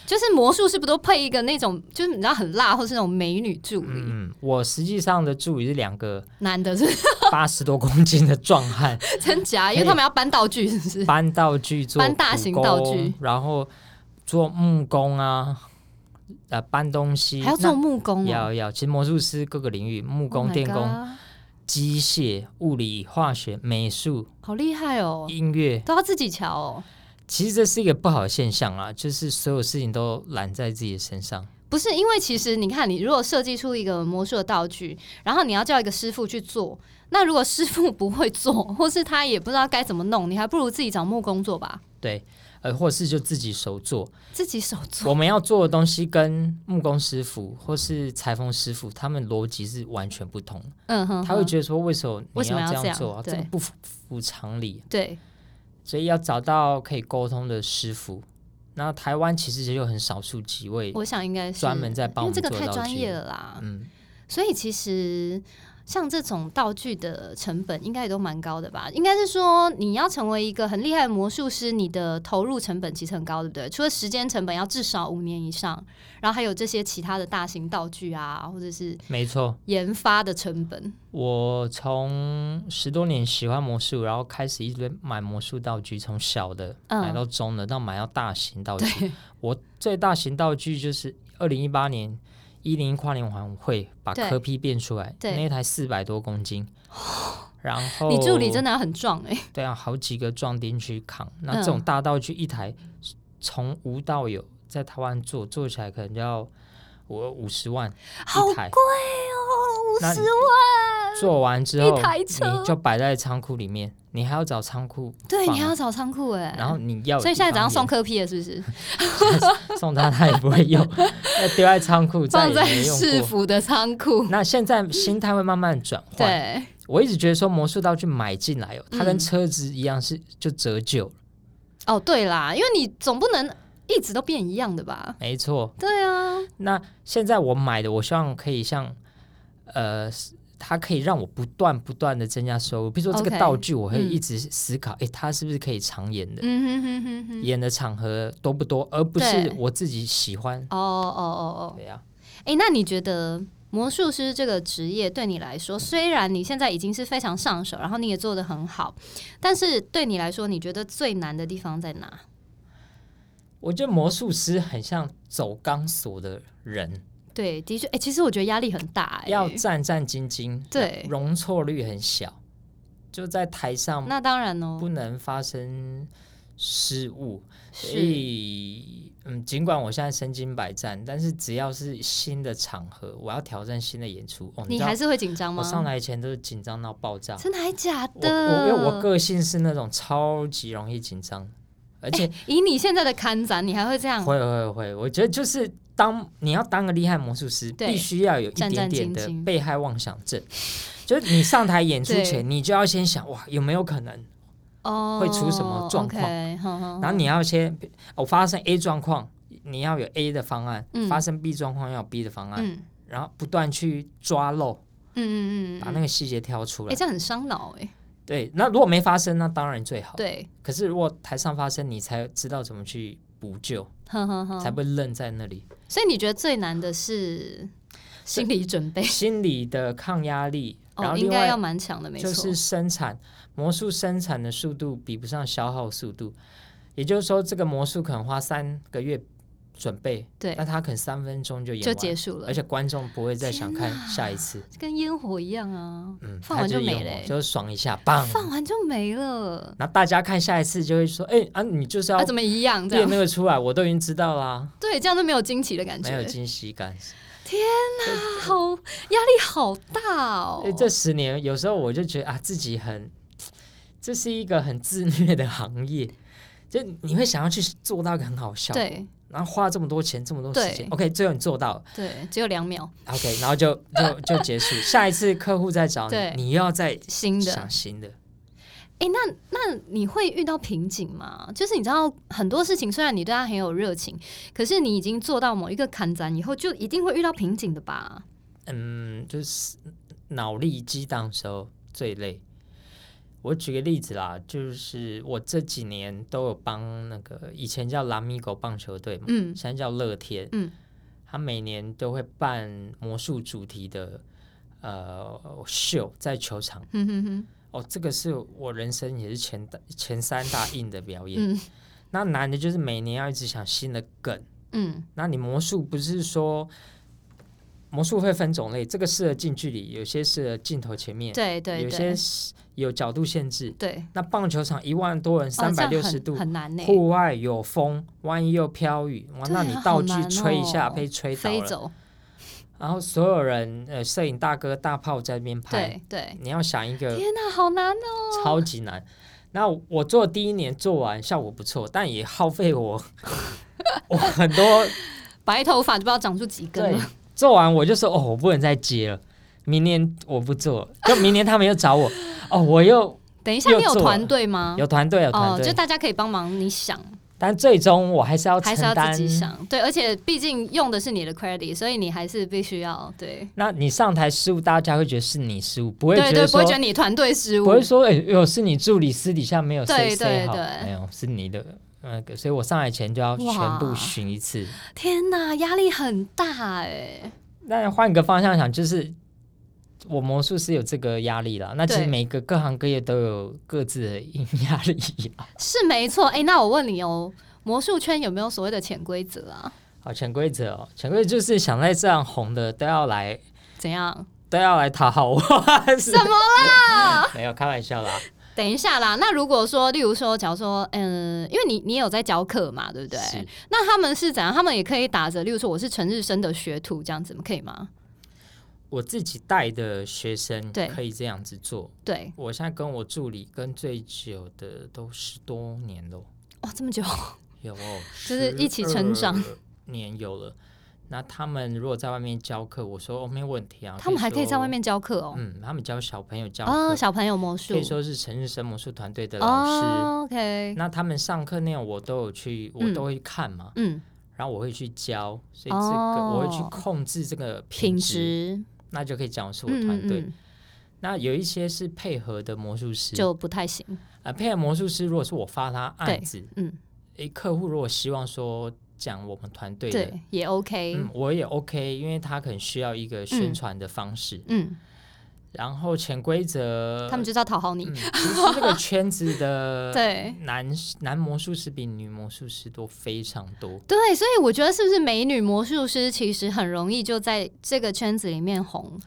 S1: 就是魔术是不是都配一个那种，就是你知道很辣，或是那种美女助理？
S2: 嗯，我实际上的助理是两个
S1: 男的是不是
S2: 八十多公斤的壮汉，
S1: 真假？因为他们要搬道具，是不 是？
S2: 搬道具做
S1: 搬大
S2: 苦
S1: 型
S2: 工
S1: 道具，
S2: 然后做木工啊，呃，搬东西，
S1: 还要做木工、
S2: 那
S1: 哦，
S2: 要要，其实魔术师各个领域，木
S1: Oh
S2: 工、
S1: my
S2: 电工、
S1: God，
S2: 机械、物理、化学、美术、
S1: 好厉害哦，
S2: 音乐，
S1: 都要自己瞧哦。
S2: 其实这是一个不好的现象啊，就是所有事情都揽在自己的身上。
S1: 不是因为其实你看，你如果设计出一个魔术的道具，然后你要叫一个师傅去做，那如果师傅不会做，或是他也不知道该怎么弄，你还不如自己找木工做吧，
S2: 对，呃，或是就自己手做。
S1: 自己手做。
S2: 我们要做的东西跟木工师傅或是裁缝师傅，他们逻辑是完全不同的。
S1: 嗯哼哼，
S2: 他会觉得说，为什么
S1: 为
S2: 你
S1: 什么要
S2: 这
S1: 这
S2: 样
S1: 样
S2: 做啊？这
S1: 对
S2: 个不符符常理。
S1: 对，
S2: 所以要找到可以沟通的师傅。那台湾其实也有很少数几位，
S1: 我想应该是
S2: 专门在帮
S1: 因
S2: 我
S1: 为这
S2: 们
S1: 个
S2: 做
S1: 太
S2: 道
S1: 专
S2: 具
S1: 业了啦。
S2: 嗯，
S1: 所以其实像这种道具的成本应该也都蛮高的吧？应该是说你要成为一个很厉害的魔术师，你的投入成本其实很高，对不对？除了时间成本要至少五年以上，然后还有这些其他的大型道具啊，或者是
S2: 没错。
S1: 研发的成本。
S2: 我从十多年喜欢魔术，然后开始一直买魔术道具，从小的
S1: 嗯
S2: 买到中的，到买到大型道具。
S1: 对，
S2: 我最大型道具就是二零一八年一零一跨年晚会把
S1: 对
S2: 科批变出来，
S1: 对哦
S2: 那一台四百多公斤。然后
S1: 你助理真的要很壮哎、
S2: 对啊，好几个壮丁去扛。那
S1: 嗯
S2: 这种大道具一台从无到有，在台湾做做起来可能要我五十万
S1: 好贵
S2: 一台，
S1: 哦，五
S2: 那
S1: 十
S2: 你
S1: 万。
S2: 做完之后
S1: 一台车
S2: 你就摆在仓库里面，你还要找仓库
S1: 对，
S2: 放
S1: 你还要找仓库哎。
S2: 然后你要有
S1: 所以
S2: 地
S1: 现在早上
S2: 方
S1: 送科批了，是不是？
S2: 演送他，他也不会 用，那丢在仓库再
S1: 放
S2: 也
S1: 在
S2: 没用
S1: 市
S2: 过。
S1: 府的仓库。
S2: 那现在心态会慢慢转换。
S1: 对，
S2: 我一直觉得说魔术道具买进来哦，它跟
S1: 嗯
S2: 车子一样是就折旧了，
S1: 哦，对啦，因为你总不能一直都变一样的吧？
S2: 没错。
S1: 对啊，
S2: 那现在我买的，我希望可以像，呃，它可以让我不断不断的增加收入。比如说这
S1: OK，
S2: 个道具，我会
S1: 嗯
S2: 一直思考，诶，它是不是可以常演的？
S1: 嗯哼哼哼哼，
S2: 演的场合多不多，而不
S1: 对
S2: 是我自己喜欢。
S1: 哦哦哦哦，
S2: 对啊呀、
S1: 哎，那你觉得魔术师这个职业对你来说，虽然你现在已经是非常上手，然后你也做得很好，但是对你来说，你觉得最难的地方在哪？
S2: 我觉得魔术师很像走钢索的人，
S1: 对，的确，哎，其实我觉得压力很大，哎，
S2: 要战战兢兢，
S1: 对
S2: 容错率很小，就在台上
S1: 那当然哦，
S2: 不能发生失误。所
S1: 是
S2: 以，嗯，尽管我现在身经百战，但是只要是新的场合，我要挑战新的演出，哦，
S1: 你
S2: 知道
S1: 还是会紧张
S2: 我
S1: 吗？
S2: 上台前都是紧张到爆炸。
S1: 真的还假
S2: 我我因为
S1: 的？
S2: 我个性是那种超级容易紧张，而且
S1: 以你现在的看展，你还会这样？
S2: 会会会，我觉得就是当你要当个厉害魔术师，
S1: 对
S2: 必须要有一
S1: 战战
S2: 点点
S1: 兢
S2: 的
S1: 兢
S2: 被害妄想症，就是你上台演出
S1: 对
S2: 前，你就要先想哇有没有可能，
S1: 哦，
S2: 会出什么状况
S1: OK，哼哼
S2: 然后你要先哦发生 A 状况，你要有 A 的方案；
S1: 嗯
S2: 发生 B 状况要有 B 的方案，
S1: 嗯
S2: 然后不断去抓漏，
S1: 嗯嗯嗯嗯，
S2: 把那个细节挑出
S1: 哎、
S2: 来。
S1: 这样很伤脑哎。
S2: 对，那如果没发生，那当然最好。
S1: 对，
S2: 可是如果台上发生，你才知道怎么去补救，
S1: 呵呵
S2: 才
S1: 呵。
S2: 不会愣在那里。
S1: 所以你觉得最难的是心理准 备？
S2: 心理的抗压力，然后
S1: 哦，应
S2: 另
S1: 该
S2: 外
S1: 要蛮强的，没错。
S2: 就是生产魔术生产的速度比不上消耗速度，也就是说，这个魔术可能花三个月准备，
S1: 对
S2: 但它可能三分钟就演
S1: 就
S2: 完，
S1: 结束了
S2: 而，且观众不会再想看下一次。
S1: 跟烟火一样啊，
S2: 嗯，
S1: 放完
S2: 它就
S1: 没
S2: 有
S1: 了欸、
S2: 就是爽一下，棒。
S1: 放完就没了，
S2: 然后大家看下一次就会说，哎、啊，你就是要
S1: 啊，怎么一样这
S2: 变
S1: 样？
S2: 那个出来，我都已经知道啦，
S1: 对，这样就没有惊奇的感
S2: 没有
S1: 觉，
S2: 惊喜感。
S1: 啊好压力好大哦
S2: 所以。这十年，有时候我就觉得啊，自己很，这是一个很自虐的行业，就你会想要去做到一个很好笑，，
S1: 对
S2: 然后花这么多钱，这么多时间
S1: 对
S2: ，OK，最后你做到了
S1: 对，只有两秒，
S2: ，OK，然后就就就结 束。下一次客户再找
S1: 对
S2: 你，你又要再
S1: 新的。
S2: 想新的。
S1: 诶，那那你会遇到瓶颈吗？就是你知道很多事情，虽然你对它很有热情，可是你已经做到某一个坎展以后，就一定会遇到瓶颈的吧？
S2: 嗯，就是脑力激荡的时候最累。我举个例子啦，就是我这几年都有帮那个以前叫拉米狗棒球队嘛，
S1: 嗯
S2: 现在叫乐天，
S1: 嗯，
S2: 他每年都会办魔术主题的呃秀在球场。
S1: 哼嗯哼哼，
S2: 哦，这个是我人生也是前大前三大硬的表演。
S1: 嗯
S2: 那难的就是每年要一直想新的梗。
S1: 嗯
S2: 那你魔术不是说魔术会分种类，这个适合近距离，有些适合镜头前面，
S1: 对对
S2: 有些
S1: 对
S2: 是有角度限制。
S1: 对，
S2: 那棒球场一万多人，
S1: 哦
S2: 三
S1: 这
S2: 百
S1: 样
S2: 六
S1: 很
S2: 十度，
S1: 很难呢、欸
S2: 户外有风，万一又飘雨，哇，
S1: 对
S2: 那你
S1: 啊
S2: 道
S1: 好
S2: 具
S1: 难
S2: 吹一下、
S1: 哦
S2: 被吹倒
S1: 飞
S2: 了，
S1: 走，
S2: 然后所有人呃，摄影大哥大炮在那边拍，呃
S1: 对对，
S2: 你要想一个
S1: 天哪，好难哦！
S2: 超级难。那我做第一年做完效果不错，但也耗费 我我很多
S1: 白头发就不知道长出几根
S2: 对
S1: 了。，
S2: 做完我就说哦，我不能再接了，明年我不做了，就明年他们又找我，哦，我又
S1: 等一下，你
S2: 又
S1: 有
S2: 做了
S1: 团队吗？
S2: 有团队有团
S1: 哦，
S2: 队，
S1: 就大家可以帮忙你想，
S2: 但最终我还是要
S1: 还
S2: 承
S1: 是要
S2: 担
S1: 自。己想。对，而且毕竟用的是你的 credit，所以你还是必须要对。
S2: 那你上台失误，大家会觉得是你失误，不会
S1: 对
S2: 觉
S1: 对，
S2: 得
S1: 不
S2: 说
S1: 会觉得你团队失误，
S2: 不会说哎呦是你助理私底下没有
S1: 对
S2: 谁
S1: 对
S2: say 好
S1: 对，
S2: 没有是你的那个，所以我上来前就要全部巡一次。
S1: 天哪，压力很大哎、
S2: 那换个方向想，就是我魔术师有这个压力啦。那其实
S1: 对
S2: 每个各行各业都有各自的硬压力啊。
S1: 是没错哎、那我问你哦，魔术圈有没有所谓的潜规则啊？
S2: 好，潜规则哦，潜规则就是想在这样红的都要来
S1: 怎样？
S2: 都要来讨好我， 什
S1: 怎么啦？
S2: 没有开玩笑啦，
S1: 等一下啦，那如果说，例如说，假如说，嗯，因为你你也有在教课嘛，对不对？
S2: 是
S1: 那他们是怎样？他们也可以打着，例如说我是陈日升的学徒这样子，可以吗？
S2: 我自己带的学生
S1: 对
S2: 可以这样子做。
S1: 对，
S2: 我现在跟我助理跟最久的都十多年了，
S1: 哇，哦这么久，
S2: 有哦，
S1: 就是一起成长
S2: 12年有了。那他们如果在外面教课，我说哦没有问题啊，
S1: 他们还可以在
S2: 说
S1: 外面教课哦。
S2: 嗯，他们教小朋友教课，
S1: 哦，小朋友魔术
S2: 可以，说是陈日升魔术团队的老师。
S1: 哦，OK，
S2: 那他们上课内容我都有去，我
S1: 嗯
S2: 都会看嘛，
S1: 嗯，
S2: 然后我会去教，所以这个、我会去
S1: 哦
S2: 控制这个品
S1: 品
S2: 质，
S1: 质，
S2: 那就可以讲是我
S1: 嗯
S2: 团
S1: 嗯
S2: 队。
S1: 嗯，
S2: 那有一些是配合的魔术师，
S1: 就不太行。
S2: 呃，配合魔术师，如果是我发他案子，
S1: 嗯，
S2: 诶，客户如果希望说讲我们团队的。
S1: 对，也 OK，
S2: 嗯，我也 OK，因为他可能需要一个宣
S1: 嗯
S2: 传的方式。
S1: 嗯，
S2: 然后潜规则，
S1: 他们就是要讨好你
S2: 嗯，，其实这个圈子的
S1: 对
S2: 男男魔术师比女魔术师多非常多。
S1: 对，所以我觉得是不是美女魔术师其实很容易就在这个圈子里面红？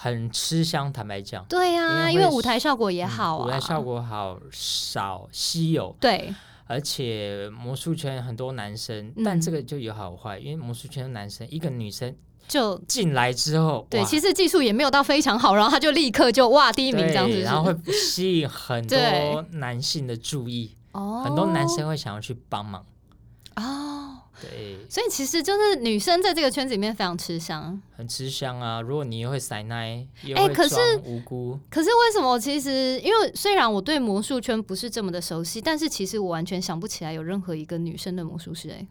S2: 很吃香，坦白讲，
S1: 对呀、啊，因
S2: 因
S1: 为
S2: 为会
S1: 舞台效果也
S2: 嗯
S1: 好啊，
S2: 舞台效果好少稀有，
S1: 对
S2: 而且魔术圈很多男生，
S1: 嗯
S2: 但这个就有好有坏，因为魔术圈的男生一个女生
S1: 就。
S2: 进来之后，
S1: 对，
S2: 哇
S1: 其实技术也没有到非常好，然后他就立刻就哇第一名这样子
S2: 对
S1: 是不是，
S2: 然后会吸引很
S1: 对
S2: 多男性的注意，
S1: 哦，
S2: 很多男生会想要去帮忙，
S1: 哦，
S2: 对，
S1: 所以其实就是女生在这个圈子里面非常吃香。
S2: 很吃香啊。如果你又会塞奶，又
S1: 哎
S2: 会
S1: 可是
S2: 装无辜，
S1: 可是为什么？其实因为虽然我对魔术圈不是这么的熟悉，但是其实我完全想不起来有任何一个女生的魔术师、欸。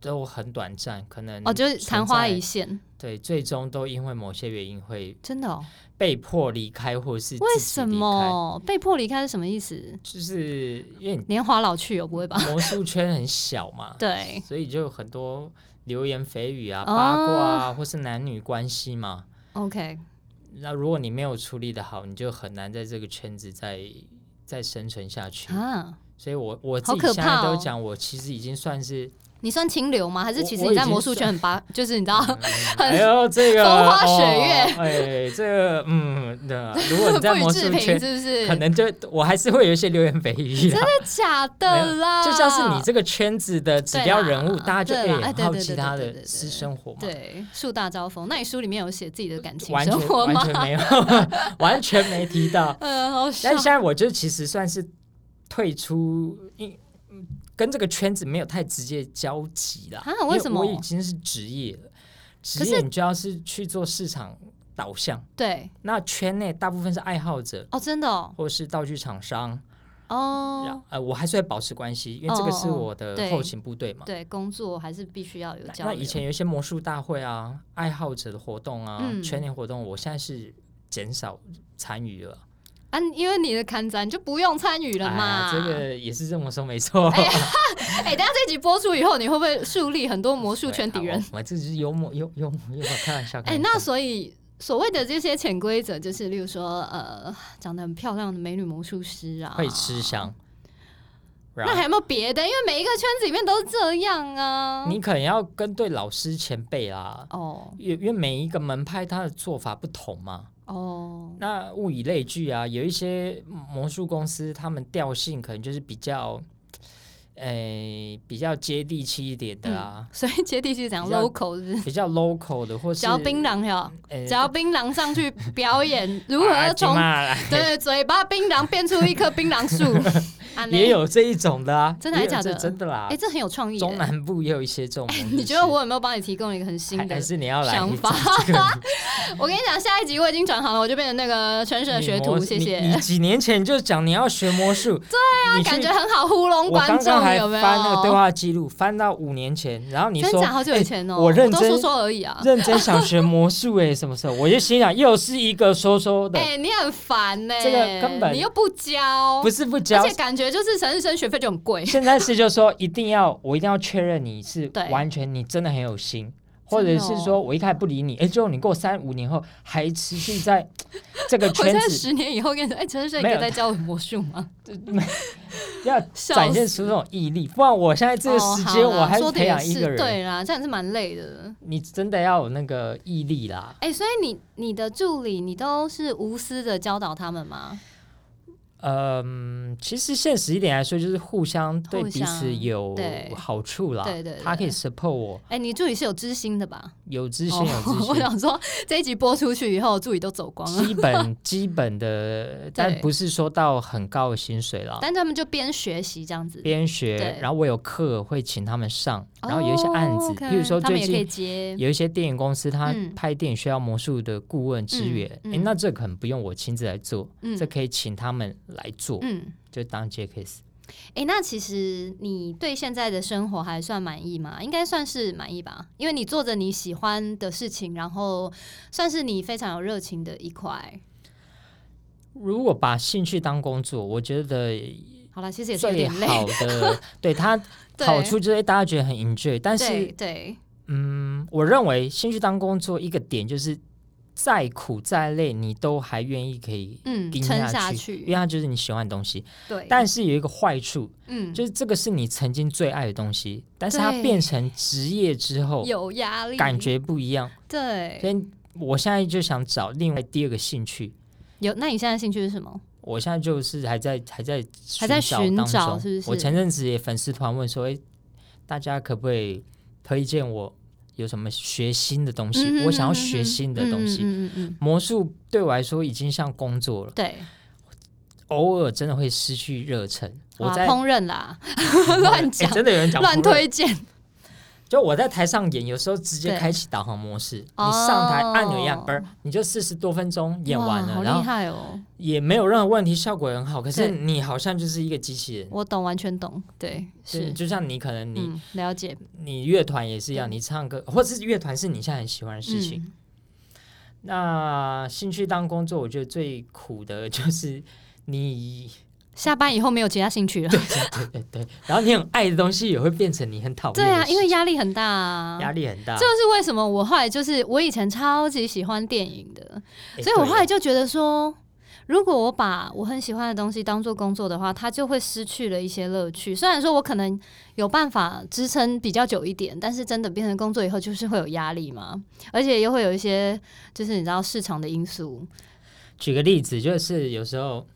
S2: 都很短暂，可能
S1: 哦，就是
S2: 嗯存
S1: 昙花
S2: 在
S1: 一现，
S2: 对，最终都因为某些原因会
S1: 真的、哦。
S2: 被迫离开，或是
S1: 为
S2: 自己
S1: 什
S2: 离开？
S1: 么被迫离开是什么意思？
S2: 就是因为你
S1: 年华老去哦，不会 吧？，
S2: 魔术圈很小嘛
S1: 对，
S2: 所以就有很多流言蜚语啊、
S1: 哦
S2: 八卦啊，或是男女关系嘛。
S1: ，OK，
S2: 那如果你没有处理的好，你就很难在这个圈子再再生存下去。
S1: 啊，
S2: 所以我我自
S1: 好
S2: 己
S1: 可
S2: 现
S1: 怕
S2: 在都
S1: 哦
S2: 讲，我其实已经算是，
S1: 你算清流吗？还是
S2: 我
S1: 其实
S2: 我
S1: 你
S2: 已
S1: 在
S2: 经
S1: 魔术圈很八，就是你知道
S2: 哎呦，这个
S1: 风花雪
S2: 哦
S1: 月
S2: 哎，这个嗯的，如 果 你
S1: 很
S2: 在
S1: 不
S2: 魔
S1: 予
S2: 术
S1: 置评，
S2: 圈，
S1: 是不是？
S2: 可能就我还是会有一些流言蜚语啦，
S1: 假的啦，
S2: 啊就像是你这个圈子的指标人
S1: 对
S2: 物，
S1: 啦
S2: 大家就
S1: 对啦
S2: 哎
S1: 哎
S2: 很
S1: 对
S2: 好
S1: 对
S2: 奇
S1: 对
S2: 他
S1: 对对
S2: 的
S1: 对
S2: 私
S1: 对
S2: 生活嘛，
S1: 对树大招风。那你书里面有写自己的感情
S2: 完
S1: 生
S2: 全
S1: 活吗
S2: 完？全没有， 完全没提到。
S1: 嗯，好笑
S2: 但现在我就其实算是退出，因跟这个圈子没有太直接交集啦。
S1: 啊为什么
S2: 因我已经是职业了，职
S1: 可
S2: 业你就要是去做市场导向，
S1: 对，
S2: 那圈内大部分是爱好者
S1: 哦，真的哦，
S2: 或是道具厂商。然
S1: 哦，
S2: 呃，我还是会保持关系，因为这个是
S1: 哦哦
S2: 我的
S1: 对
S2: 后勤部队嘛。
S1: 对，工作还是必须要有
S2: 那
S1: 交
S2: 那
S1: 流。
S2: 以前有一些魔术大会啊、爱好者的活动啊、
S1: 嗯
S2: 全年活动，我现在是减少参与了。
S1: 啊，因为你的刊展就不用参与了嘛。
S2: 哎呀这个也是这么说没错。
S1: 哎、等一下这集播出以后，你会不会树立很多魔术
S2: 对
S1: 圈敌人？
S2: 好我们这就是幽默、幽幽默、幽默，开玩笑。
S1: 哎、
S2: 开玩
S1: 那
S2: 笑
S1: 所以所谓的这些潜规则，就是例如说，呃，长得很漂亮的美女魔术师啊，
S2: 会吃啊香。然
S1: 那
S2: 后
S1: 还有没有别的？因为每一个圈子里面都是这样啊。
S2: 你可能要跟对老师前辈啦，
S1: 哦
S2: 因为因为每一个门派他的做法不同嘛。
S1: 哦，
S2: 那物以类聚啊，有一些魔术公司他们调性可能就是比较，诶、比较接地气一点的啊，
S1: 所以接地气讲
S2: 比较
S1: local 是不是
S2: 比较 local 的，或是
S1: 只要槟榔呀，
S2: 诶
S1: 只要槟榔上去表 演如
S2: 啊
S1: 何
S2: 金
S1: 从
S2: 马啦
S1: 对嘴巴槟榔变出一棵槟榔 树，啊呢
S2: 也有这一种的啊，
S1: 真的还
S2: 也有
S1: 假的
S2: 这真的啦
S1: 哎、，这很有创意耶、
S2: 中南部也有一些这种模式。
S1: 你觉得我有没有帮你提供一个很新
S2: 还
S1: 的
S2: 还是你要来
S1: 想法？ 我跟你讲，下一集我已经转行了，我就变成那个全省的学徒，
S2: 你
S1: 谢
S2: 你
S1: 谢
S2: 你。几年前就讲你要学 魔术，对啊
S1: 感觉很好糊弄
S2: 我
S1: 观
S2: 刚
S1: 众
S2: 刚还，
S1: 有没
S2: 翻那个对
S1: 有？
S2: 话记录，翻到五年前，然后你
S1: 真
S2: 说
S1: 假好久以前哦，
S2: 哎我认
S1: 都说
S2: 真
S1: 说而已啊。
S2: 认真想学魔术哎、什么时候？我就心想又是一个说说的，
S1: 哎，你很烦呢，
S2: 这个根本
S1: 你又不教，
S2: 不是不教
S1: 而。且感觉就是陈世生学费就很贵。
S2: 现在是就说一定要我一定要确认你是
S1: 对
S2: 完全你真的很有心，或者是
S1: 真哦的
S2: 说我一开始不理你，哎、最后你过三五年后还持续在 这个
S1: 我
S2: 圈
S1: 在
S2: 子
S1: 十年以后跟你说，哎，陈世生，你
S2: 没
S1: 可以
S2: 有
S1: 再教我魔术吗？
S2: 要
S1: 笑
S2: 展现
S1: 死
S2: 出这种毅力，不然我现在这个
S1: 哦
S2: 时
S1: 好
S2: 间
S1: 啦
S2: 我还
S1: 说
S2: 是
S1: 的
S2: 培
S1: 也
S2: 养一
S1: 是
S2: 个人。
S1: 对啦，这样是蛮累的。
S2: 你真的要有那个毅力啦。
S1: 哎，所以你你的助理，你都是无私的教导他们吗？
S2: 嗯，其实现实一点来说，就是互相对
S1: 互
S2: 彼此
S1: 相
S2: 有
S1: 对
S2: 好处啦。
S1: 对对对
S2: 他可以 support 我，
S1: 哎，你助理是有知心的吧？
S2: 有知心有
S1: 哦， 我
S2: 知心。
S1: 想说这一集播出去以后，助理都走光了，
S2: 基本基 本的，但
S1: 对
S2: 不是说到很高的薪水啦。
S1: 但他们就边学习这样子。
S2: 啊边
S1: 对
S2: 学，然后我有课会请他们上，然后有一些案子，
S1: 哦，OK，
S2: 譬如说
S1: 他们
S2: 最
S1: 也可以
S2: 近
S1: 接，
S2: 有一些电影公司，他
S1: 嗯
S2: 拍电影需要魔术的顾问支
S1: 嗯
S2: 援，诶，
S1: 嗯
S2: 那这可能不用我亲自来做，
S1: 嗯
S2: 这可以请他们来做，
S1: 嗯，
S2: 就当 j case。
S1: 哎，那其实你对现在的生活还算满意吗？应该算是满意吧，因为你做着你喜欢的事情，然后算是你非常有热情的一块。
S2: 如果把兴趣当工作，我觉得
S1: 好了，其实也是有
S2: 最
S1: 点累，
S2: 好 的，对它
S1: 对
S2: 好处就是大家觉得很 enjoy。但
S1: 对
S2: 是，
S1: 对，
S2: 嗯，我认为兴趣当工作一个点就是，再苦再累，你都还愿意可以
S1: 嗯，
S2: 盯
S1: 撑
S2: 下因为
S1: 去，
S2: 它就是你喜欢的东西。
S1: 对，
S2: 但是有一个坏处，
S1: 嗯，
S2: 就是这个是你曾经最爱的东西，但是它
S1: 对
S2: 变成职业之后，
S1: 有压力，
S2: 感觉不一样。
S1: 对，
S2: 所以我现在就想找另外第二个兴趣。
S1: 有。那你现在兴趣是什么？
S2: 我现在就是还在还在
S1: 还在
S2: 寻
S1: 寻
S2: 当
S1: 找
S2: 中
S1: 是不是
S2: 我前阵子也粉丝团问说，诶，大家可不可以推荐我有什么学新的东西？
S1: 嗯哼
S2: 我想要
S1: 哼哼
S2: 学
S1: 哼
S2: 新的东西。
S1: 嗯嗯嗯嗯嗯
S2: 魔术对我来说已经像工作了，
S1: 对，
S2: 偶尔真的会失去热忱。我
S1: 啊，
S2: 在、
S1: 烹饪啦，乱
S2: 诶
S1: 讲、
S2: 真的有人讲
S1: 乱
S2: 不对
S1: 推荐，
S2: 就我在台上演，有时候直接
S1: 对
S2: 开启导航模式，
S1: 哦
S2: 你上台按钮一样，嘣、你就四十多分钟演完
S1: 哇
S2: 了，
S1: 好
S2: 然
S1: 厉
S2: 后
S1: 害哦！
S2: 也没有任何问题，效果也很好。可是
S1: 对
S2: 你好像就是一个机器人，
S1: 我懂，完全懂，对，，
S2: 就是就像你可能你、
S1: 嗯，了解，
S2: 你乐团也是一样，
S1: 嗯
S2: 你唱歌或者是乐团是你现在很喜欢的事情。
S1: 嗯，
S2: 那兴趣当工作，我觉得最苦的就是你，
S1: 下班以后没有其他兴趣了，
S2: 对对对，然后你很爱的东西也会变成你很讨厌的
S1: 对
S2: 事。
S1: 啊，因为压力很大啊，
S2: 压力很大，
S1: 这就是为什么我后来就是我以前超级喜欢电影的，
S2: 诶
S1: 所以我
S2: 哎对
S1: 后来就觉得说。如果我把我很喜欢的东西当做工作的话，它就会失去了一些乐趣。虽然说我可能有办法支撑比较久一点，但是真的变成工作以后，就是会有压力嘛，而且又会有一些就是你知道市场的因素。
S2: 举个例子，就是有时候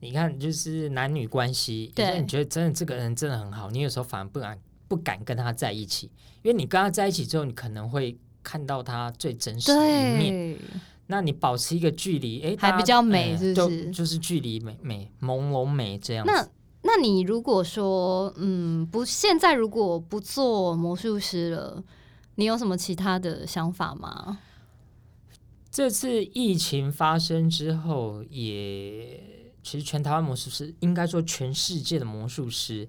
S2: 你看，就是男女关系，有时候
S1: 对
S2: 你觉得真的这个人真的很好，你有时候反而不敢不敢跟他在一起，因为你跟他在一起之后，你可能会看到他最真实的一面。
S1: 对，
S2: 那你保持一个距离，哎，
S1: 还
S2: 大家
S1: 比较美
S2: 哎
S1: 是不
S2: 就是就是距离美美朦胧美这样
S1: 那
S2: 子。
S1: 那你如果说，嗯，不，现在如果嗯不做魔术师了，你有什么其他的想法吗？
S2: 这次疫情发生之后也，其实全台湾魔术师，应该说全世界的魔术师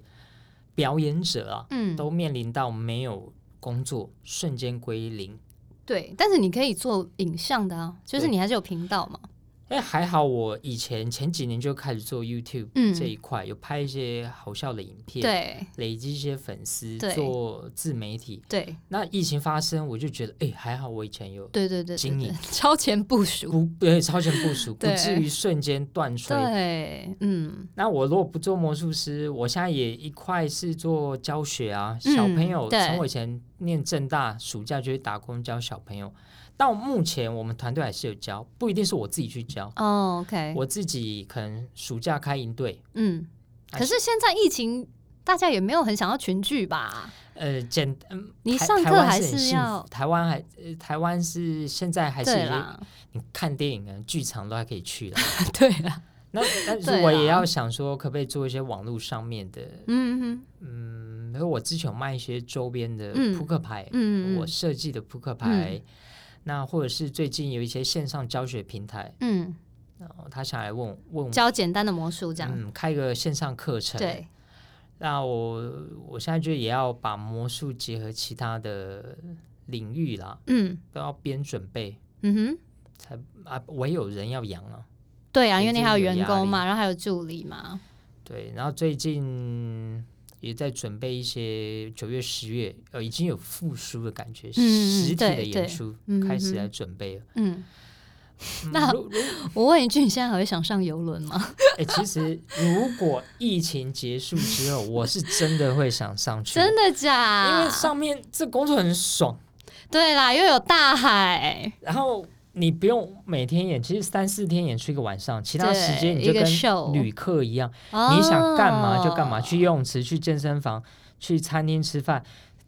S2: 表演者啊，
S1: 嗯，
S2: 都面临到没有工作，瞬间归零。
S1: 对，但是你可以做影像的啊，就是
S2: 对
S1: 你还是有频道嘛。
S2: 哎，还好我以前前几年就开始做 YouTube
S1: 嗯
S2: 这一块，有拍一些好笑的影片，
S1: 对
S2: 累积一些粉丝，
S1: 对
S2: 做自媒体。
S1: 对
S2: 那疫情发生，我就觉得，哎，还好我以前有
S1: 对对对对
S2: 经
S1: 对
S2: 营，
S1: 超前部署。
S2: 不对超前部署，不
S1: 对
S2: 至于瞬间断水。
S1: 对，嗯
S2: 那我如果不做魔术师，我现在也一块是做教学啊，小朋友。
S1: 嗯对
S2: 从我以前念正大，暑假就去打工教小朋友，到目前我们团队还是有教，不一定是我自己去教，
S1: 哦，OK，
S2: 我自己可能暑假开营队，
S1: 嗯。
S2: 还
S1: 可是现在疫情，大家也没有很想要群聚吧？
S2: 呃，简嗯，
S1: 你
S2: 台
S1: 上
S2: 台
S1: 课
S2: 湾
S1: 还
S2: 是很
S1: 是
S2: 幸福
S1: 要
S2: 台湾还、呃台湾是现在还是
S1: 对
S2: 已经
S1: 啦，
S2: 你看电影啊，剧场都还可以去了。
S1: 对啦，
S2: 那但是
S1: 对啊
S2: 我也
S1: 啦
S2: 要想说，可不可以做一些网络上面的，
S1: 嗯
S2: 嗯，因为我之前有卖一些周边的
S1: 嗯
S2: 扑克牌，
S1: 嗯嗯，
S2: 我设计的扑克牌，那或者是最近有一些线上教学平台，
S1: 嗯
S2: 然后他想来问我问我，
S1: 教简单的魔术这样，
S2: 嗯，开个线上课程，，
S1: 对，
S2: 那我我现在就也要把魔术结合其他的领域啦，
S1: 嗯
S2: 都要边准备
S1: 嗯哼，
S2: 才啊，我也有人要养啊，
S1: 对啊，因为
S2: 已
S1: 你
S2: 经
S1: 还有
S2: 有
S1: 员
S2: 压
S1: 工
S2: 力
S1: 嘛，然后还有助理嘛，
S2: 对，然后最近。也在准备一些九月、十月，呃，已经有复苏的感觉，
S1: 嗯
S2: 实体
S1: 对
S2: 的
S1: 对
S2: 演出
S1: 嗯
S2: 开始
S1: 哼
S2: 来准备了。
S1: 嗯，
S2: 嗯
S1: 那
S2: 如如
S1: 我问一句，你现在还会想上游轮吗？
S2: 哎、其实如果疫情结束之后，我是真的会想上去，
S1: 真的啊
S2: 因
S1: 假
S2: 为？上面这工作很爽，
S1: 对啦，又有大海，
S2: 然后你不用每天演，其实三四天演出一个晚上，其他时
S1: 对
S2: 间你就
S1: 一个 show
S2: 跟旅客一样，
S1: 哦
S2: 你想干嘛就干嘛，去游泳池、去健身房、去餐厅吃饭，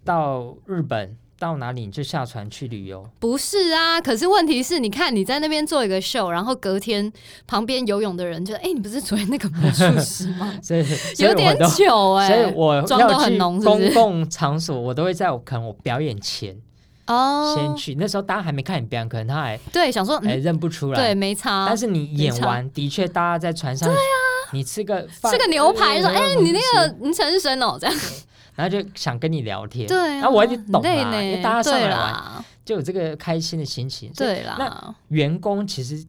S2: 到日本到哪里你就下船去旅游，？
S1: 不是啊，可是问题是，你看你在那边做一个秀，然后隔天旁边游泳的人就，哎、你不是昨天那个魔术师吗
S2: 所以 所以
S1: 有
S2: 我
S1: 点
S2: 都。
S1: 糗哎、
S2: 所以我
S1: 妆都
S2: 要
S1: 很
S2: 去
S1: 浓是不是
S2: 公共场所，我都会在我可能我表演前
S1: 哦，
S2: 先去。那时候大家还没看你表演，可能他还
S1: 对，想说，嗯，
S2: 哎认不出
S1: 对，
S2: 来。
S1: 没差。
S2: 但是你演完，的确大家在船上，你吃个饭
S1: 啊吃个牛排，说，哎、你那，
S2: 呃
S1: 个你陈生哦，这样
S2: 然后就想跟你聊天。
S1: 对啊，
S2: 然后我也懂
S1: 累
S2: 啦，
S1: 呢，
S2: 因为大家上
S1: 对
S2: 来玩
S1: 啦，
S2: 就有这个开心的心情。所以哦
S1: 对啦，
S2: 员工其实。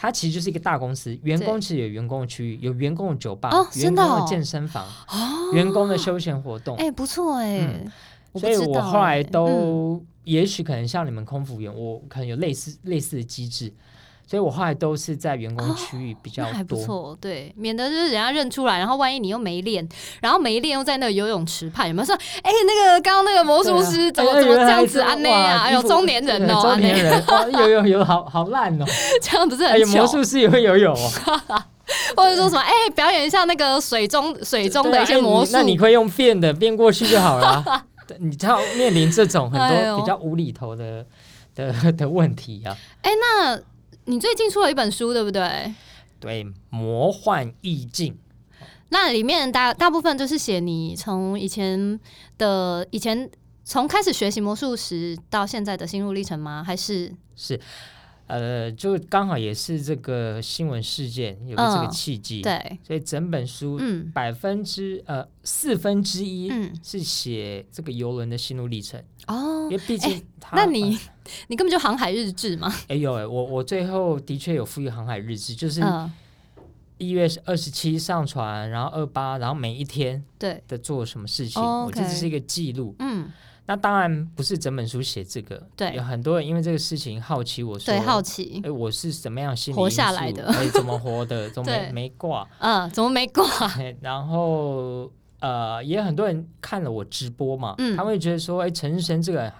S2: 它其实就是一个大公司，员工其实有员工的区域，有员工的酒吧，
S1: 哦
S2: 员
S1: 真的
S2: 工
S1: 哦
S2: 的健身房，
S1: 哦，
S2: 员工的休闲活动。
S1: 哎、不错哎、
S2: 嗯
S1: 我不
S2: 所以
S1: 知
S2: 我
S1: 道
S2: 后来
S1: 哎嗯
S2: 都，也许可能像你们空服员，我可能有类似类似的机制，所以我后来都是在员工区域比较
S1: 那还不
S2: 多。
S1: 错，对，免得就是人家认出来，然后万一你又没练，然后没练又在那个游泳池畔，有没有说，哎、那个刚刚那个魔术师怎么
S2: 对啊
S1: 怎么这
S2: 哎原
S1: 样
S2: 来
S1: 子啊
S2: 是
S1: 那啊，
S2: 哇
S1: 哎呦，
S2: 衣服
S1: 中年人哦，
S2: 对
S1: 啊
S2: 中年
S1: 那
S2: 人，哇有有有，好好烂哦！
S1: 这样不是
S2: 哎
S1: 很
S2: 呦，
S1: 糗
S2: 魔，术师也会游泳哦，
S1: 或者说什么，哎、表演一下那个水中水中
S2: 对
S1: 的
S2: 啊
S1: 一些
S2: 哎
S1: 魔
S2: 你
S1: 术，
S2: 那你会用变的变过去就好 了。啊对你知道面临这种很
S1: 哎
S2: 多
S1: 呦
S2: 比较无厘头的的的问题啊，
S1: 那你最近出了一本书，对不对？
S2: 对，魔幻意境。
S1: 那里面大大部分就是写你从以前的以前从开始学习魔术时到现在的心路历程吗？还是
S2: 是，呃，就刚好也是这个新闻事件有个这个
S1: 嗯
S2: 契机，，
S1: 对，
S2: 所以整本书
S1: 嗯
S2: 百分之、呃四分之一
S1: 嗯
S2: 是写这个游轮的心路历程，
S1: 哦
S2: 因，为毕竟它、
S1: 那你、你根本就航海日志嘛，
S2: 哎呦哎，我我最后的确有富裕航海日志，就是
S1: 嗯，
S2: 一月二十七上船，然后二八，然后每一天
S1: 对，
S2: 的做什么事情，
S1: 哦
S2: 我这只
S1: OK
S2: 是一个记录。
S1: 嗯，
S2: 那当然不是整本书写这个，
S1: 对
S2: 有很多人因为这个事情好奇我说，
S1: 对，好奇
S2: 哎、，我是什么样心理
S1: 活
S2: 因
S1: 下
S2: 素
S1: 来的
S2: 哎、怎么 活的，怎么
S1: 对
S2: 没没挂、
S1: 嗯，怎么没挂？
S2: 哎然后呃，也很多人看了我直播嘛，
S1: 嗯
S2: 他们会觉得说，哎、陈日生这个人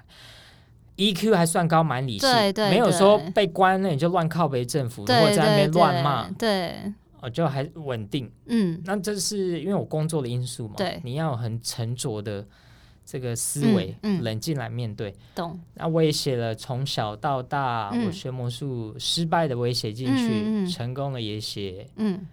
S2: EQ 还算高，蛮理性，
S1: 对对
S2: 没有说
S1: 对
S2: 被关那你就乱靠北政府，或
S1: 对
S2: 者在那
S1: 对
S2: 边乱
S1: 对
S2: 骂，
S1: 对，
S2: 哦，就还稳定。
S1: 嗯，
S2: 那这是因为我工作的因素嘛，
S1: 对
S2: 你要有很沉着的这个思
S1: 嗯
S2: 维，
S1: 嗯
S2: 冷静来面对。
S1: 懂，
S2: 那我也写了从小到大，
S1: 嗯
S2: 我学魔术失败的我也写进去，
S1: 嗯嗯嗯
S2: 成功的也写。
S1: 嗯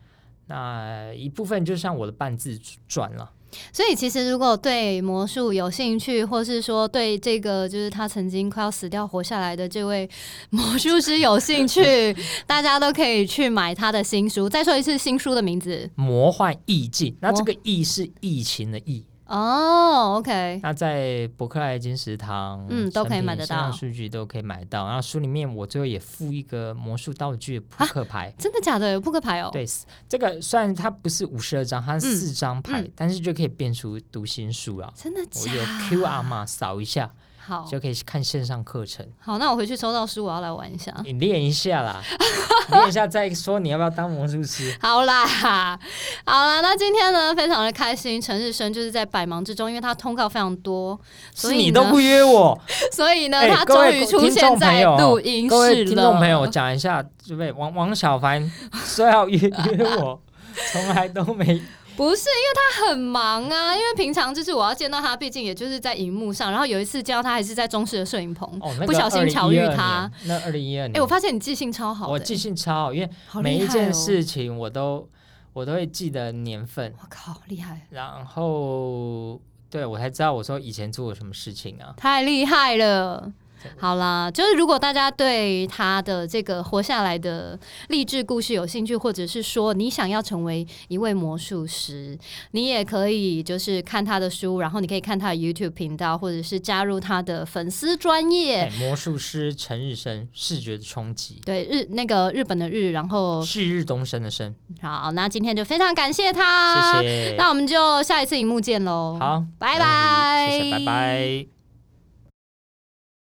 S2: 那一部分就像我的半自传了，
S1: 所以其实如果对魔术有兴趣，或是说对这个就是他曾经快要死掉活下来的这位魔术师有兴 趣，大家都可以去买他的新书。再说一次新书的名字
S2: 魔幻意境。那这个“意”是疫情的“疫
S1: 哦，OK，”，
S2: 那在伯克莱金石堂，
S1: 嗯都可以买得到
S2: 数据都可以买到。然后书里面我最后也附一个魔术道具的
S1: 啊
S2: 扑克牌。
S1: 真的假的？有扑克牌哦，
S2: 对，这个虽然它不是五十二张，它
S1: 嗯
S2: 是四张牌，但是就可以变出读心术啊。
S1: 真的
S2: 我
S1: 假
S2: 有 QR 码扫一下，
S1: 好
S2: 就可以看线上课程，
S1: 好，那我回去收到书，我要来玩一下。
S2: 你练一下啦，练一下再说你要不要当魔术师。
S1: 好啦，好啦，那今天呢，非常的开心。陈日升就是在百忙之中，因为他通告非常多， 所
S2: 是
S1: 以
S2: 你
S1: 呢
S2: 都不 约我，
S1: 所以呢，
S2: 哎
S1: 他
S2: 各
S1: 终
S2: 位
S1: 于
S2: 听
S1: 出现
S2: 众朋
S1: 在
S2: 友
S1: 录音
S2: 各位
S1: 室了。
S2: 听众朋友，讲一下，对不对？王王小凡 说要约约我，从来都没
S1: 不是，因为他很忙啊，因为平常就是我要见到他，毕竟也就是在荧幕上。然后有一次见到他，还是在中式的摄影棚。
S2: 哦，那个
S1: 不小心巧遇
S2: 2012
S1: 他
S2: 年。那二零一二年，
S1: 哎、我发现你记性超好的、
S2: 我记性超好，因为
S1: 好厉
S2: 每一
S1: 害
S2: 件
S1: 哦，
S2: 事情我都我都会记得年份，
S1: 我靠，厉害，哦
S2: 然后对我才知道我说以前做过什么事情啊。
S1: 太厉害了。好啦，就是如果大家对他的这个活下来的励志故事有兴趣，或者是说你想要成为一位魔术师，你也可以就是看他的书，然后你可以看他的 YouTube 频道，或者是加入他的粉丝专业。
S2: 哎魔术师陈日升，视觉的冲击，
S1: 对日那个日本的日，然后
S2: 旭日东升的升，
S1: 好，那今天就非常感谢他，
S2: 谢谢。
S1: 啊那我们就下一次荧幕见喽，
S2: 好，
S1: 拜
S2: 没问题
S1: 拜，
S2: 谢谢，拜拜。